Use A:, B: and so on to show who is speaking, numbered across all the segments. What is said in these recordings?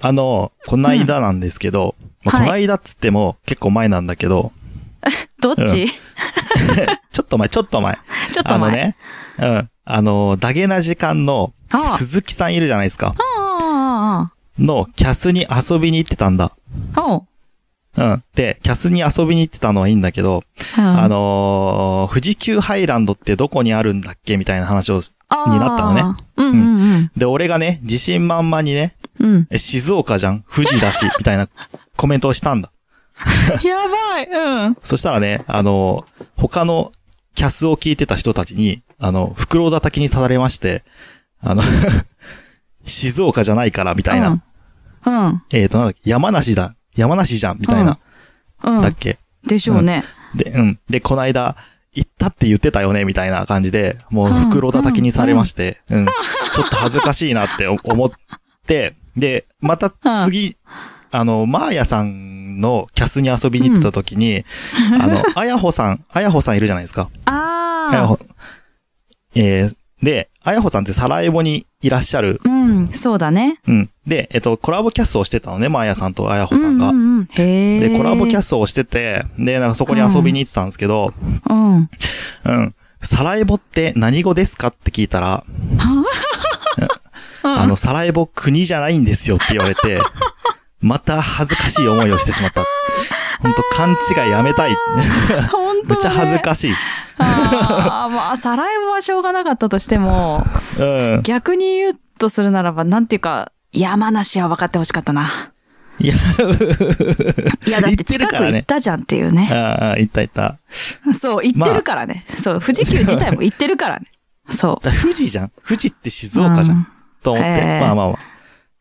A: あの、こないだなんですけど、まあ
B: はい
A: こないだっつっても結構前なんだけど、
B: どっち、
A: うん
B: ち
A: ちょっと前、ちょっと前。
B: ょっと前。
A: あのね、うん。あの、ダゲな時間の
B: ああ
A: 鈴木さんいるじゃないですか。
B: あ
A: のキャスに遊びに行ってたんだ。
B: あ、ああ、ああ。お
A: うん。で、キャスに遊びに行ってたのはいいんだけど、あのー富士急ハイランドってどこにあるんだっけみたいな話をす。
B: の
A: になったのね。
B: うんうん
A: で、俺がね、自信満々にね、
B: う ん。うん。
A: え静岡じゃん富士だし、みたいなコメントをしたんだ。
B: やばい、うん。
A: そしたらね、あのー他のキャスを聞いてた人たちに、あの、袋叩きにされまして、あの、 静岡じゃないから、みたいな。
B: うん。うん。
A: えっ、と、なんだっけ、山梨だ。山梨じゃん、みたいな。
B: うん
A: だっけ。
B: でしょうね。
A: で、うん。で、こないだ、行ったって言ってたよね、みたいな感じで、もう
B: うん
A: 袋叩きにされまして、うん。ちょっと恥ずかしいなってお思って、で、また次、あの、マーヤさんのキャスに遊びに行ってた時に、あの、あやほさん、あやほさんいるじゃないですか。
B: あ
A: あや
B: あ。
A: ほ。えー、で、あやほさんってサラエボにいらっしゃる。
B: うん、そうだね。
A: うん。で、えっと、コラボキャスをしてたのね、マーヤさんとあやほさんが。
B: うんうんうん、へえ。
A: で、コラボキャ
B: ス
A: ストをしてて、で、なんかそこに遊びに行ってたんですけど、
B: うん。 は
A: うん。サラエボって何語ですかって聞いた ら、あの、サラエボ国じゃないんですよって言われ て、また恥ずかしい思いをしてしまった。ほんと、勘違いやめたい。
B: 本当
A: めっちゃ恥ず
B: しい。
A: かしい。
B: ああ、まあ、さらいはしょうがなかったとしても、
A: うん。
B: 逆に言うとするならば、なんていうか、山梨は分かってほしかったな。
A: いや、
B: いや、だって
A: 言って
B: 近
A: る
B: く
A: からね
B: 行ったじゃんっていうね。
A: ああ、いったいった。
B: そう、行ってるからね。そう、富士急自体も行ってるか らね。そ
A: だ富士じゃん富士って
B: う。
A: 静岡じゃ。
B: うん
A: と思っ
B: へ
A: て、
B: え
A: まあまあまあ。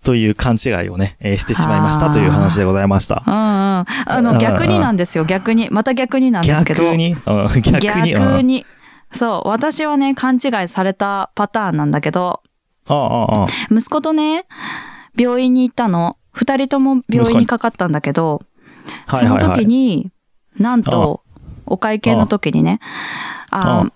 A: という勘違いをね、えーしてしまいましたという話でございました。
B: うんうん。あ
A: うんう
B: の、
A: ん
B: 逆になんですよ。逆に。また逆になんですけど。
A: 逆に、うん逆に、うん
B: 逆にそう。私はね、勘違いされたパターンなんだけど、
A: ああ、ああ、
B: 息子とね、病院に行ったの。二人とも病院にかかったんだけど、
A: はいはい
B: その
A: はい
B: 時。に、なんと、お会計の時にね、あん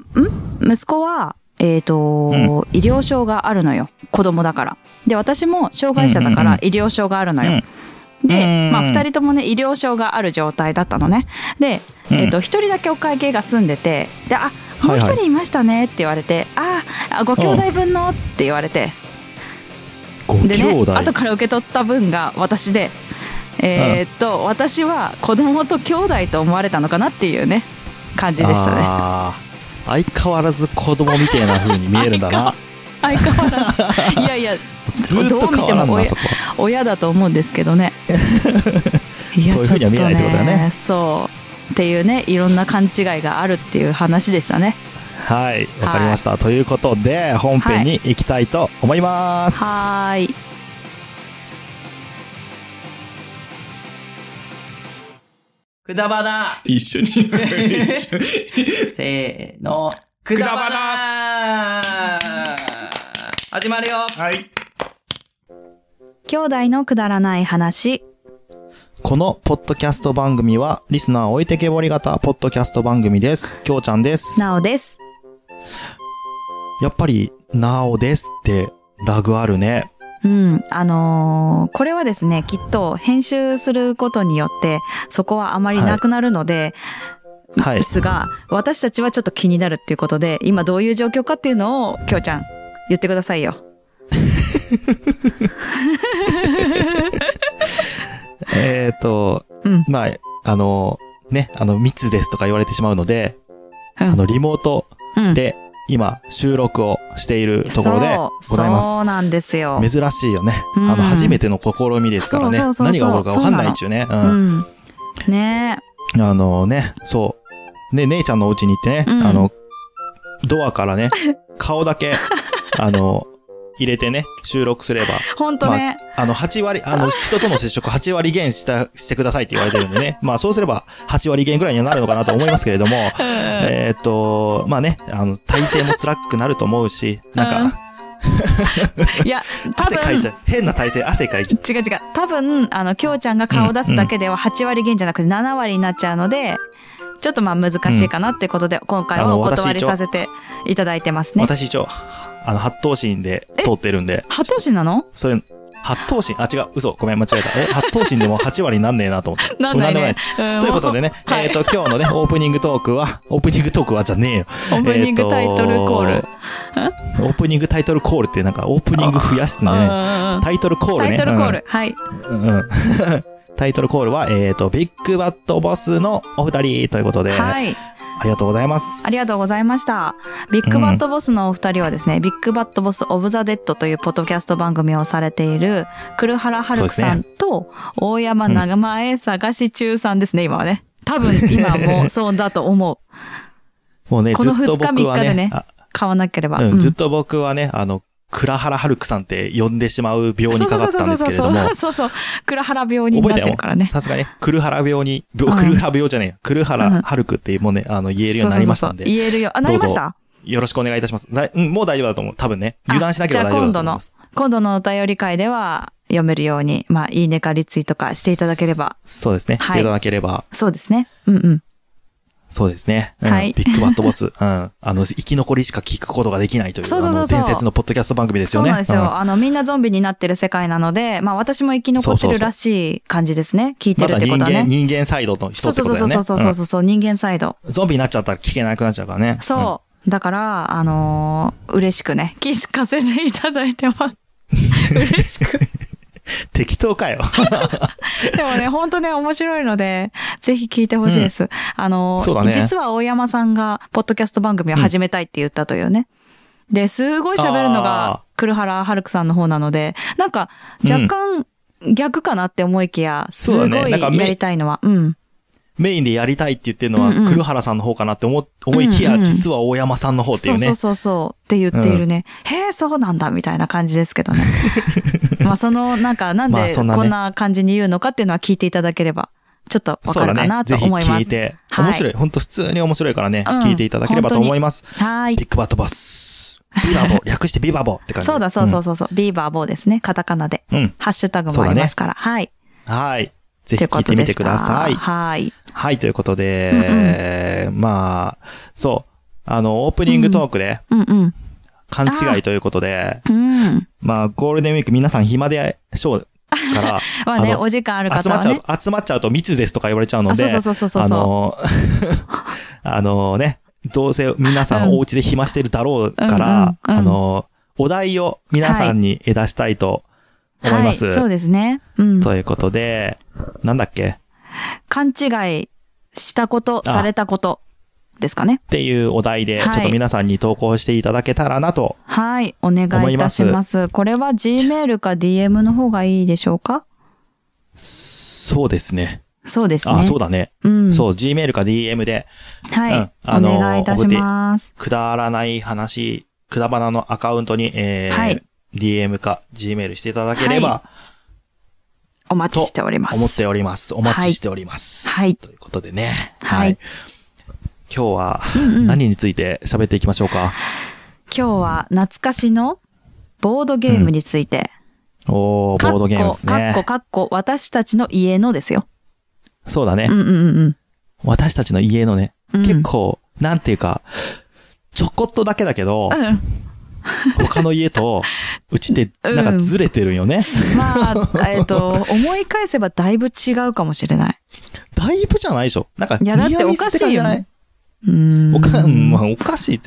B: 息子は、えっ、と、医療証があるのよ。子供だから。で、私も障害者だか
A: うんうん
B: ら医療証があるのよ。
A: うん
B: で、まあ、
A: うん
B: 二人ともね、医療証がある状態だったのね。で、
A: うん
B: えっ、と、一人だけお会計が済んでて、で、あ、もう一人いましたねって言われて、ああ、ご兄弟分のって言われて、
A: ご
B: で
A: 兄
B: ね
A: 弟。
B: 後から受け取った分が私でえーっと、私は子供と兄弟と思われたのかなっていうね感じでしたね
A: あー相変わらず子供みたいな風に見えるんだ な。
B: 相変わ らずいやいや
A: ずーっと変わらん
B: どう
A: な、
B: 見て
A: そ
B: も
A: こは。
B: 親だと思うんですけ どねい
A: そういうふうには見えないってことだね
B: ちょっそうっていうねいろんな勘違いがあるっていう話でしたね
A: はい、わかりました。ということで、本編に行きたいと思います。
B: はーい
C: くだば な
D: 一緒に。一緒に
C: せーの。く
D: だばな
C: 始まるよ
D: はい。
B: 兄弟のくだらない話
A: このポッドキャスト番組は、リスナー置いてけぼり型ポッドキャスト番組です。きょうちゃんです。
B: なおです
A: やっぱり、なおですって、ラグある ね。
B: うん、あのーこれはですね、きっと編集することによって、そこはあまりなくなるので、
A: はい
B: で。すが、私たちはちょっと気になるっていうことで、今どういう状況かっていうのを、きょうちゃん、言ってくださいよ。
A: えっ、ー、と、
B: うん
A: まあ、あの、ね、あの、密ですとか言われてしまうので、
B: うん
A: あの、リモート
B: うん。
A: で、今、収録をしているところで
B: そう
A: ございます。
B: そうなんですよ。
A: 珍しいよね。
B: うん
A: あの、初めての試みですからね。
B: そうそうそう
A: 何
B: そう
A: が起こるか分かんないっちゅうね。う。
B: うんん。ね
A: あのね、そう。ね、姉ちゃんのお家に行ってね、
B: うん
A: あの、ドアからね、顔だけ、あの、入れてね、収録すれば、
B: え、ほんとね。
A: あの、8割、あの、人との接触8割減した、してくださいって言われてるんでね。まあ、そうすれば8割減ぐらいにはなるのかなと思いますけれども、えーっと、まあね、あの、体勢も辛くなると思うし、なんか、
B: いや、多
A: 汗か
B: 分
A: いち、ゃう。変な体勢、汗かいちゃう
B: 違う違う。多分、あの、きょうちゃんが顔出すだけでは8割減じゃなくて7割になっちゃうので、ちょっとまあ難しいかなってことで、今回
A: あ
B: は
A: の
B: お断
A: 私
B: り
A: 一応
B: させていただいてますね。
A: 私一応、あの、八頭身で通ってるんで、
B: 八頭身なの
A: そういう、八頭身、あ、違う、嘘、ごめん、間違えた。え、八頭身でも8割なんねえなと思って。
B: なんない
A: でもない
B: ね
A: です。。と
B: と
A: いうことでね、
B: はい
A: えっ、と、今日のね、オープニングトークは、オープニングトークはじゃねえよ。
B: オープニングタイトルコール。
A: えっとオープニングタイトルコールってなんかオープニング増やすんでね。
B: あー
A: タイトルコール
B: タ
A: ね。
B: イトルコール。はい。
A: うん。うんうん タイトルコールは、えっ、と、ビッグバッドボスのお二人ということで、
B: はい。
A: ありがとうございます。
B: ありがとうございました。ビッグバッドボスのお二人はですね、ビッグバッドボスオブザ・デッドというポッドキャスト番組をされている、黒原春樹さんと、大山長前探し中さんですね、今はね。多分今もそうだと思う。
A: もうね、
B: こ
A: ず
B: の
A: っと僕は
B: 二日三日
A: ね
B: でね
A: あ
B: 買わなければ。
A: うん
B: うん
A: ずっと僕はね、あの、倉原春樹さんって呼んでしまう病にかかったんですけれども、覚
B: そうそうそうそうそうそう。倉原病人にな
A: え
B: ってて
A: よ
B: るからね。
A: さすがに、黒原病に、病
B: うん
A: 黒原病じゃねえよ。黒
B: うん
A: 原春樹ってもうね、あの、言えるようになりましたん
B: そうそうそう
A: で、
B: 言えるよ。あ、なりました
A: よろしくお願いいたします。だうん、もう大丈夫だと思う。多分ね、油断しなければ大丈夫だと思います。
B: 今度のお便り会では読めるように、まあ、いいねかリツイとかしていただければ。
A: そうですね。
B: はい
A: していただければ、
B: そうですね。うんうん。
A: そうですね。うん
B: はい
A: ビッグバッドボス。うん。あの、生き残りしか聞くことができないという、
B: そうそうそうそう
A: あの伝説のポッドキャスト番組です
B: そ
A: よ
B: う
A: ね。
B: なんですよ。
A: うん
B: あの、みんなゾンビになってる世界なので、まあ、私も生き残ってるらしい感じですね。聞いて
A: ま
B: る
A: だ
B: って
A: 人
B: ことは
A: 間、
B: ね。
A: 人間サイドの人
B: そう
A: って
B: そう
A: こ
B: そ
A: とだよ
B: うそう
A: ね。
B: そうそうそうそうそう、人間サイド。
A: うんゾンビになっちゃったら聞けなくなっちゃうからね。うん
B: そう。だから、あのー嬉しくね、 気づかせていただいてます。嬉しく。
A: 適当かよ。
B: でもね、本当ね、面白いので、ぜひ聞いてほしいです。あの、
A: そうだね
B: 実は大山さんが、ポッドキャスト番組を始めたいって言ったというね。で、すごい喋るの
A: あ
B: が、黒原春樹さんの方なので、なんか、若干、逆かなって思いきや、す
A: そう
B: ご
A: だ
B: い
A: ねなんかめ
B: やりたいのは、うん。
A: メインでやりたいって言ってるのは、
B: うんうん
A: 黒原さんの方かなって思思いきや、
B: うんうん
A: 実は大山さんの方ってい
B: そうう
A: ね。
B: そうそうそうって言っているね。へえ、そうなんだ、みたいな感じですけ どね。まあ、その、なんか、なん
A: まあ
B: で
A: そんなね
B: こんな感じに言うのかっていうのは聞いていただければ、ちょっとわ
A: そう
B: か
A: だ
B: るかな
A: ね。
B: と
A: ぜひ
B: 思いま
A: 聞い
B: す。
A: て。
B: はい
A: 面白い。本当普通に面白いからね、
B: うん
A: 聞いていただければと思います。
B: はい。
A: ビッグバットバス。ビバ ボ。略してビバボって感じ。
B: そうだそうそうそうそう、ビーバーボーですね。カタカナで。
A: うん。うん。
B: ハッシュタグもありますから。はい。
A: はい。ぜひ
B: という
A: 聞
B: こ
A: い
B: と
A: てみ
B: で
A: て
B: し
A: く
B: た。
A: ださい。
B: はい。
A: はい、ということで、まあ、そう。あの、オープニングトークで、
B: うんうん。
A: 勘違いということで、
B: うん。
A: まあ、ゴールデンウィーク皆さん暇でしょうから、
B: ま あね、
A: あの
B: お時間ある
A: 集
B: 方
A: ま
B: は
A: っちゃう
B: ね。
A: と、集まっちゃうと密ですとか言われちゃうので、
B: あそうそうそうそうそう
A: あのー、 あのね、どうせ皆さ
B: うん
A: んお家で暇してるだろうから、
B: うんうんうん
A: あのー、お題を皆さんに出したいと思います。
B: はい。そうですね。うん。
A: ということで、なんだっけっ
B: 勘違いしたこと、
A: あ
B: されたことですかね。
A: ていうお題で、
B: はい
A: ちょっと皆さんに投稿していただけたらなと。
B: はい。お願いいたし
A: 思い
B: ま。
A: ます
B: これは Gmail か DM の方がいいでしょうか
A: そうですね。
B: そうですね。
A: あ、そうだね。
B: うん。
A: そう、Gmail か DM で、
B: はい、
A: うんあのー
B: お願いいたします。
A: くだらない話、くだばなのアカウントに、えー
B: はい
A: DM か Gmail していただければ、
B: はお待ちしております。
A: 思っております。お待ちしております。
B: はい
A: ということでね。
B: はい
A: 今日は
B: うんうん
A: 何について喋っていきましょうか。
B: 今日は懐かしのボードゲームについて。
A: おー、ボードゲームです
B: かっこ、
A: ね。
B: かっこ、私たちの家のですよ。
A: そうだね
B: う。んうんうんうん。
A: 私たちの家のね、
B: うん
A: 結構、なんていうか、ちょこっとだけだけど、
B: うん
A: 他の家と、うちって、
B: うん
A: なんかずれてるよね。
B: まあ、えっ、と、思い返せばだいぶ違うかもしれない。
A: だいぶじゃないでしょ。なんか、
B: いやだって
A: ニアミスて感じじゃない
B: うん。
A: おか、うんまあ、おかしい。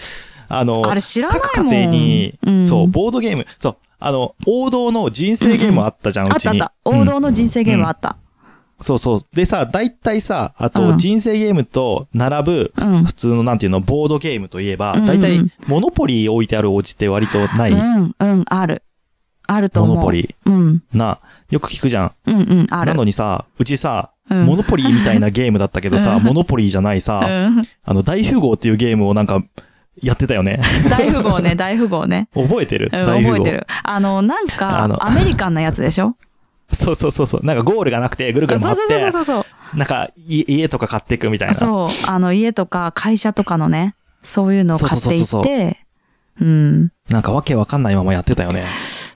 A: あの、
B: あれ知らないもん
A: 各家庭に、
B: うん
A: そう、ボードゲーム、そう、あの、王道の人生ゲームあったじゃん、
B: あ
A: う
B: っ
A: ち
B: たあっ
A: に。
B: た。
A: うん
B: 王道の人生ゲームあった。
A: そうそう。でさ、大体さ、あ
B: う
A: と
B: ん
A: 人生ゲームと並ぶ、
B: うん
A: 普通のなんていうの、ボードゲームといえば、
B: うんうん
A: 大体モノポリー置いてあるお家って割とな
B: う
A: い、
B: ん、うん、ある。あると思う。
A: モノポリ
B: うん、
A: な、よく聞くじゃん。
B: うん、うん、ある。
A: なのにさ、うちさ、
B: うん
A: モノポリーみたいなゲームだったけどさ、モノポリーじゃないさ、
B: うん
A: あの、大富豪っていうゲームをなんか、やってたよね。
B: 大富豪ね、大富豪ね。
A: 覚えてる、
B: うん、
A: 大富
B: 覚え
A: 豪
B: て。る。あの、なんか
A: あ、の
B: アメリカンなやつでしょ
A: そうそうそうそう。なんかゴールがなくて、ぐるぐ
B: そう
A: る
B: そ
A: 回っ
B: うそう
A: て
B: そ、うそう。
A: なんかい家とか買っていくみたいな。そう
B: そう、あの、家とか会社とかのね、そういうのを買ってい
A: そうそうそうそ
B: って、うん。
A: なんかわけわかんないままやってたよね。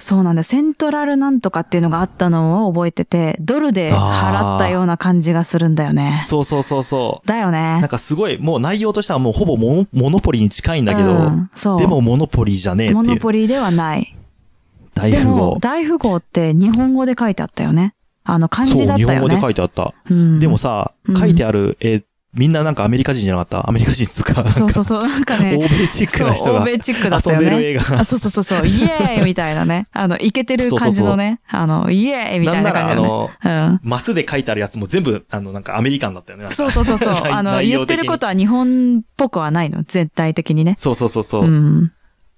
B: そうなんだ。セントラルなんとかっていうのがあったのを覚えてて、ドルで払ったような感じがするんだよね。
A: そうそうそうそう。
B: だよ
A: な
B: ね
A: ん。かすごい、もう内容としてはもうほぼモノモノポリーに近いんだけど、
B: うんそう
A: でもモノポリーじゃねえっていう。
B: モノポリーではない。
A: 大
B: で
A: 富
B: も
A: 豪、。
B: 大富豪って日本語で書いてあったよね。あの、漢
A: そ
B: 字だ
A: う、
B: っ
A: 日
B: た
A: 本
B: よ
A: 語で
B: ね
A: 書。いてあった。
B: うん
A: でもさ
B: う、ん
A: 書いてある絵、みんななんかアメリカ人じゃなかったアメリカ人っつうか、なん
B: そう
A: か
B: そうそう。なんか
A: 欧
B: ね、
A: 米チック
B: そう
A: な人、
B: 欧
A: が
B: 米チックだった
A: 遊
B: よ
A: んでる
B: ね。
A: 映画。
B: あ、そうそうそうそう、イエーイみたいなね。あの、イケてる感じのね。あの、イエーイみた
A: ないん
B: な
A: なら、あ
B: 感じのね。
A: の、
B: うん。
A: マスで書いてあるやつも全部、あの、なんかアメリカンだったよね。なんか
B: そうそうそうそう。
A: 内
B: あの、
A: 内
B: 言
A: 容
B: って
A: 的に
B: ることは日本っぽくはないの。全体的にね。
A: そうそうそうそうう。
B: ん。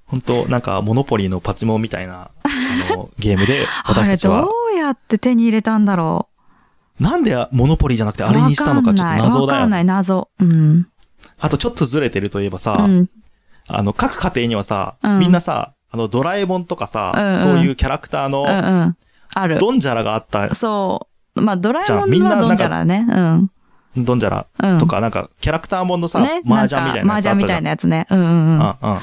A: 本当なんか、モノポリーのパチモンみたいな、あ の、ゲームで、
B: あ
A: 私
B: れ
A: たち
B: ど
A: は、
B: うやって手に入れたんだろ
A: なんでモノポリーじゃなくて
B: う。
A: あれにしたのかちょっと謎
B: わ
A: だ
B: か
A: よ
B: んないわかんな
A: ね。
B: い、謎。うん。
A: あとちょっとずれてるといえば
B: う
A: さ、
B: ん。
A: あの、各家庭にはさ、
B: うん
A: みんなさ、あの、ドラえもんとか
B: うんうん
A: さ、そういうキャラクター
B: うんう
A: の、
B: ん。ある。
A: ドンジャラがあった、
B: そう。まあ、ドラえも
A: じゃあみ
B: ん
A: ん
B: は
A: な
B: ド
A: な
B: ン
A: ん
B: ジ
A: か
B: ャラね。うん。
A: ドンジャラ
B: うん。
A: とか、なんか、キャラクターもんのさ、
B: ね。
A: 麻雀みたいな
B: マ
A: や
B: ー
A: つ
B: ジ
A: あ
B: ャ
A: っ
B: ンみ
A: たじ
B: た
A: ゃ
B: い
A: ん。
B: なやつね。うんうんうん。
A: うんうん。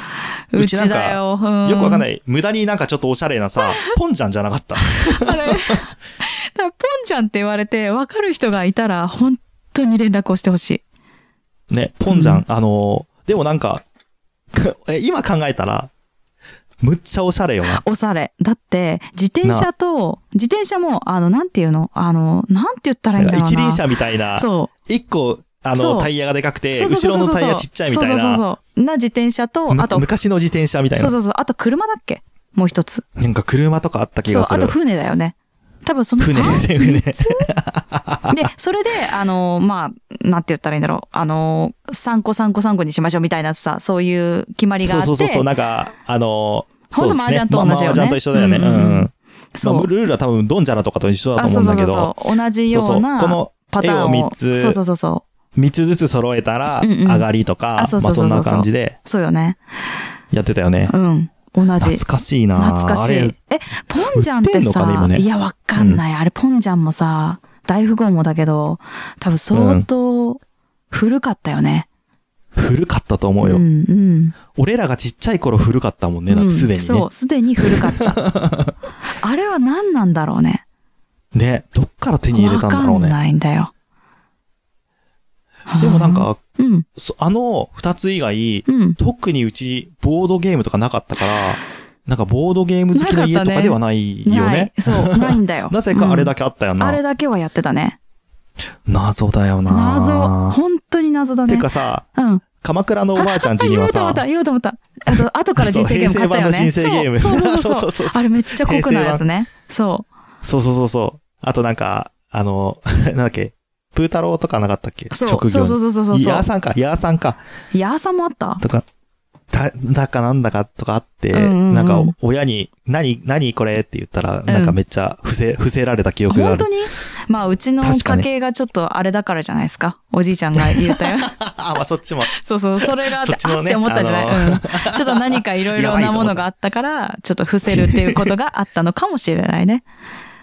B: う
A: う
B: ち
A: ちなんか
B: だよ。うん。。
A: よくわかんないい。無駄になんかちょっとおしゃれなさ、 ポンジャンじゃなかった。
B: あ れ。だからポンちゃんって言われて、わかる人がいたら、本当に連絡をしてほしい。
A: ね、ポンジャン、
B: うん
A: あのーでもなんか、 え今考えたら、むっちゃおしゃれよな。
B: おしゃれ。だって、自転車と、自転車も、あの、なんていうのあの、なんて言ったらいいんだろうな。
A: 一輪車みたいな、
B: そう。
A: 一個、あ
B: そう
A: の、タイヤがでかくて、
B: そうそう
A: 後
B: そう
A: ろ
B: そう
A: のタイヤちっちゃいみたい
B: そうそう
A: な、
B: そうそう。な自転車と、
A: む
B: あと、
A: 昔の自転車みたい
B: そう
A: な。
B: そうそう。あと車だっけもう一つ。
A: なんか車とかあった気
B: そう
A: が、す
B: あと
A: る。
B: 船だよね。多分その
A: 船
B: 三
A: で、船。
B: で、それで、あの、まあ、なんて言ったらいいんだろう。あの、3個3個3個にしましょうみたいなさ、そういう決まりがあ
A: そ
B: っ
A: うそ
B: て。
A: うそうそう、なんか、あのー、
B: ほんと
A: そうです
B: 麻雀と同じよ
A: まあ
B: ね
A: 麻雀と一緒だよね。
B: う
A: うんん
B: う
A: うん
B: うん
A: ん。
B: そう
A: まあ、ルールは多分、ドンジャラとかと一緒だ
B: あ
A: と
B: そ
A: 思
B: う
A: うん
B: そう
A: だけ
B: そう
A: ど、
B: そう。同じ
A: そ
B: よ
A: うそうう。こ
B: な
A: の
B: パターンを。
A: 絵を三つ
B: そうそうそうそう。
A: 3つずつ揃えたら、
B: うんうん
A: 上がりとか、ま
B: あ
A: あ
B: そうそうそ
A: そ
B: うんそう
A: な感じで
B: そうよね。
A: やってたよね。
B: うん。同じ
A: 懐。かしいな
B: 懐かしい
A: あれ。
B: え、ポンジャンって
A: 売ってんの
B: さ
A: かね、今ね
B: いや、わかんない。あれ、ポンジャンもさ、大富豪もだけど、多分相当古かったよね。
A: 古かったと思
B: う、
A: うんよ。
B: うん。
A: 俺らがちっちゃい頃古かったもんね、だってすでに
B: うん
A: ね。
B: そう、すでに古 かった。あれは何なんだろうね。
A: ね、どっから手に入れたんだろ
B: わ
A: う
B: かん
A: ね。
B: ないんだよ。
A: でもなん、か、
B: うん、
A: そあの二つ以外、
B: うん。
A: 特にうちボードゲームとかなかったから、なんかボードゲーム好きの家とかではないよ
B: な
A: ね
B: い。。そう、ないんだよ
A: 。なぜかあれ
B: だ、
A: だけあったよ
B: あ
A: な。
B: れだけはやってたね。
A: 謎だよな
B: 謎。本当に謎だね。
A: てかさ、
B: うん。
A: 鎌倉のおばあちゃん
B: あ
A: 家に
B: 言お
A: は
B: うと思っ
A: さ
B: た、、言おうと思った。あと、後から人生ゲーム買ったよね。
A: そう平成版の人生ゲーム
B: そうそうそうそ
A: そううそうそう
B: あれめっちゃ濃くないやつね。そう。
A: そうそうそうそう。あとなんか、あの、 なんだっけ、プータローとかなかったっけ
B: そう
A: 職業
B: そう
A: に
B: そうそうそうそう。
A: ヤーさんか、ヤーさんか、
B: ヤーサもあった
A: とか、た、だかなんだかとかあって、
B: うんうんうん
A: なんか、親に、何、何これって言ったら、
B: ん
A: なんかめっちゃ伏せ、伏せられた記憶があ
B: 本
A: る
B: 当。にまあ、うちの
A: 確か
B: 家
A: に
B: 系がちょっとあれだからじゃないですか。おじいちゃんが 言ったよ。
A: あ、まあそっちも。
B: そうそう、それがあって、
A: そっちのね
B: あって思ったんじゃない、
A: あ
B: うん、ちょっと何かいろいろなものがあったから、ちょっと伏せるっていうことがあったのかもしれないね。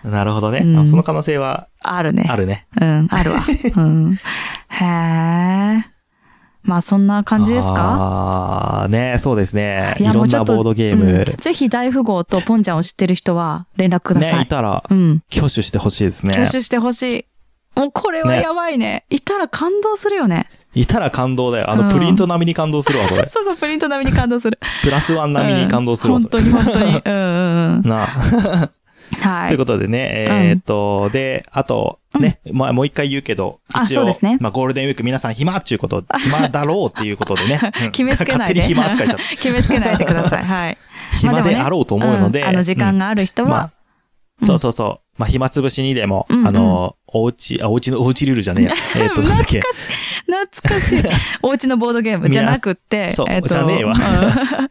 A: なるほどね。
B: うん
A: あその可能性は
B: あるね。
A: あるね。
B: うん、あるわ。うん。へえ。まあ、そんな感じですか
A: あーね、そうですね。い
B: やも
A: ろ
B: うんちょ
A: な
B: っと
A: ボードゲー
B: うん
A: ム。
B: ぜひ大富豪とポンちゃんを知ってる人は連絡ください。
A: ね、いたら、
B: うん。
A: 挙手してほしいですね。
B: 挙手してほしい。もうこれは
A: ね
B: やばいね。いたら感動するよね。
A: いたら感動だよ。あ
B: う
A: の、
B: ん
A: プリント並みに感動するわ、それ。
B: そうそう、プリント並みに感動 する。
A: プラスワン並みに感動する
B: う
A: わ、
B: ん
A: それ。
B: 本当に本当 に。うんうんうん。
A: なあ。
B: は
A: という
B: い。
A: ことでね、えーっと、で、あと、ね、まあ、もう一回言うけど、
B: あ
A: 一
B: そう
A: 応、
B: ですね。
A: まあ、ゴールデンウィーク皆さん暇っていうこと、暇だろうっていうことでね
B: 決めつけな
A: 勝
B: いで。
A: 手に暇扱いちゃっ
B: 決めつけないでください。はい。
A: た。 暇であろうと思うので、
B: んあの時間
A: が、
B: がある人
A: ま
B: は
A: あ、、そうそうそう、まあ、暇つぶしにでも、
B: うんうん
A: あの、おうち、あ、おうちの、おうちルールじゃねえや。えーっと、なんだっけ。
B: 懐かしい。お家のボードゲームじゃなくっ て、
A: そう
B: えっと
A: じゃねえわ。
B: うん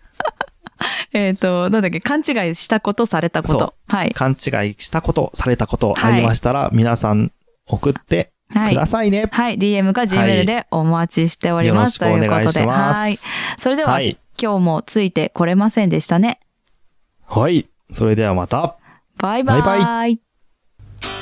B: えっと、なんだっけ、勘違いしたことされたこ
A: そ
B: と。はい。
A: 勘違いしたこと、されたことありましたら、皆さん送って
B: は
A: く
B: い
A: だ。さいね。
B: はい。DM か
A: は
B: Gmail
A: い
B: でお待ちしており
A: よ
B: ま
A: ろ
B: す。
A: し
B: と
A: く
B: い
A: お
B: うこ
A: 願い
B: とで。
A: しま
B: はい。
A: す。
B: それでは、
A: はい
B: 今日もついてこれませんでしたね。
A: はい。それではまた。
B: バイバイ。
A: バイバ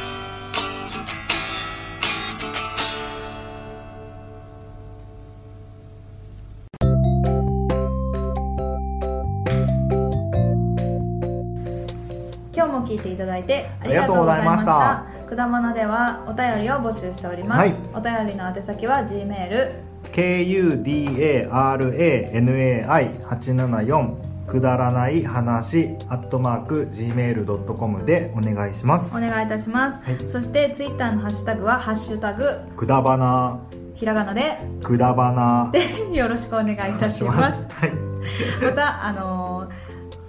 B: 今日も聞いていただいてあ
E: りがとうございました
B: くだまなではお便りを募集しております、
E: はい
B: お便りの宛先は G メール
E: kudaranai874
A: くだらない話アットマーク gmail.com でお願いします
B: お願いいたします、
A: はい
B: そしてツイッターのハッシュタグは「ハッシュタグ
A: くだばな
B: ひらがなで
A: くだばな」
B: でよろしくお願いいたします
A: はい
B: またあのー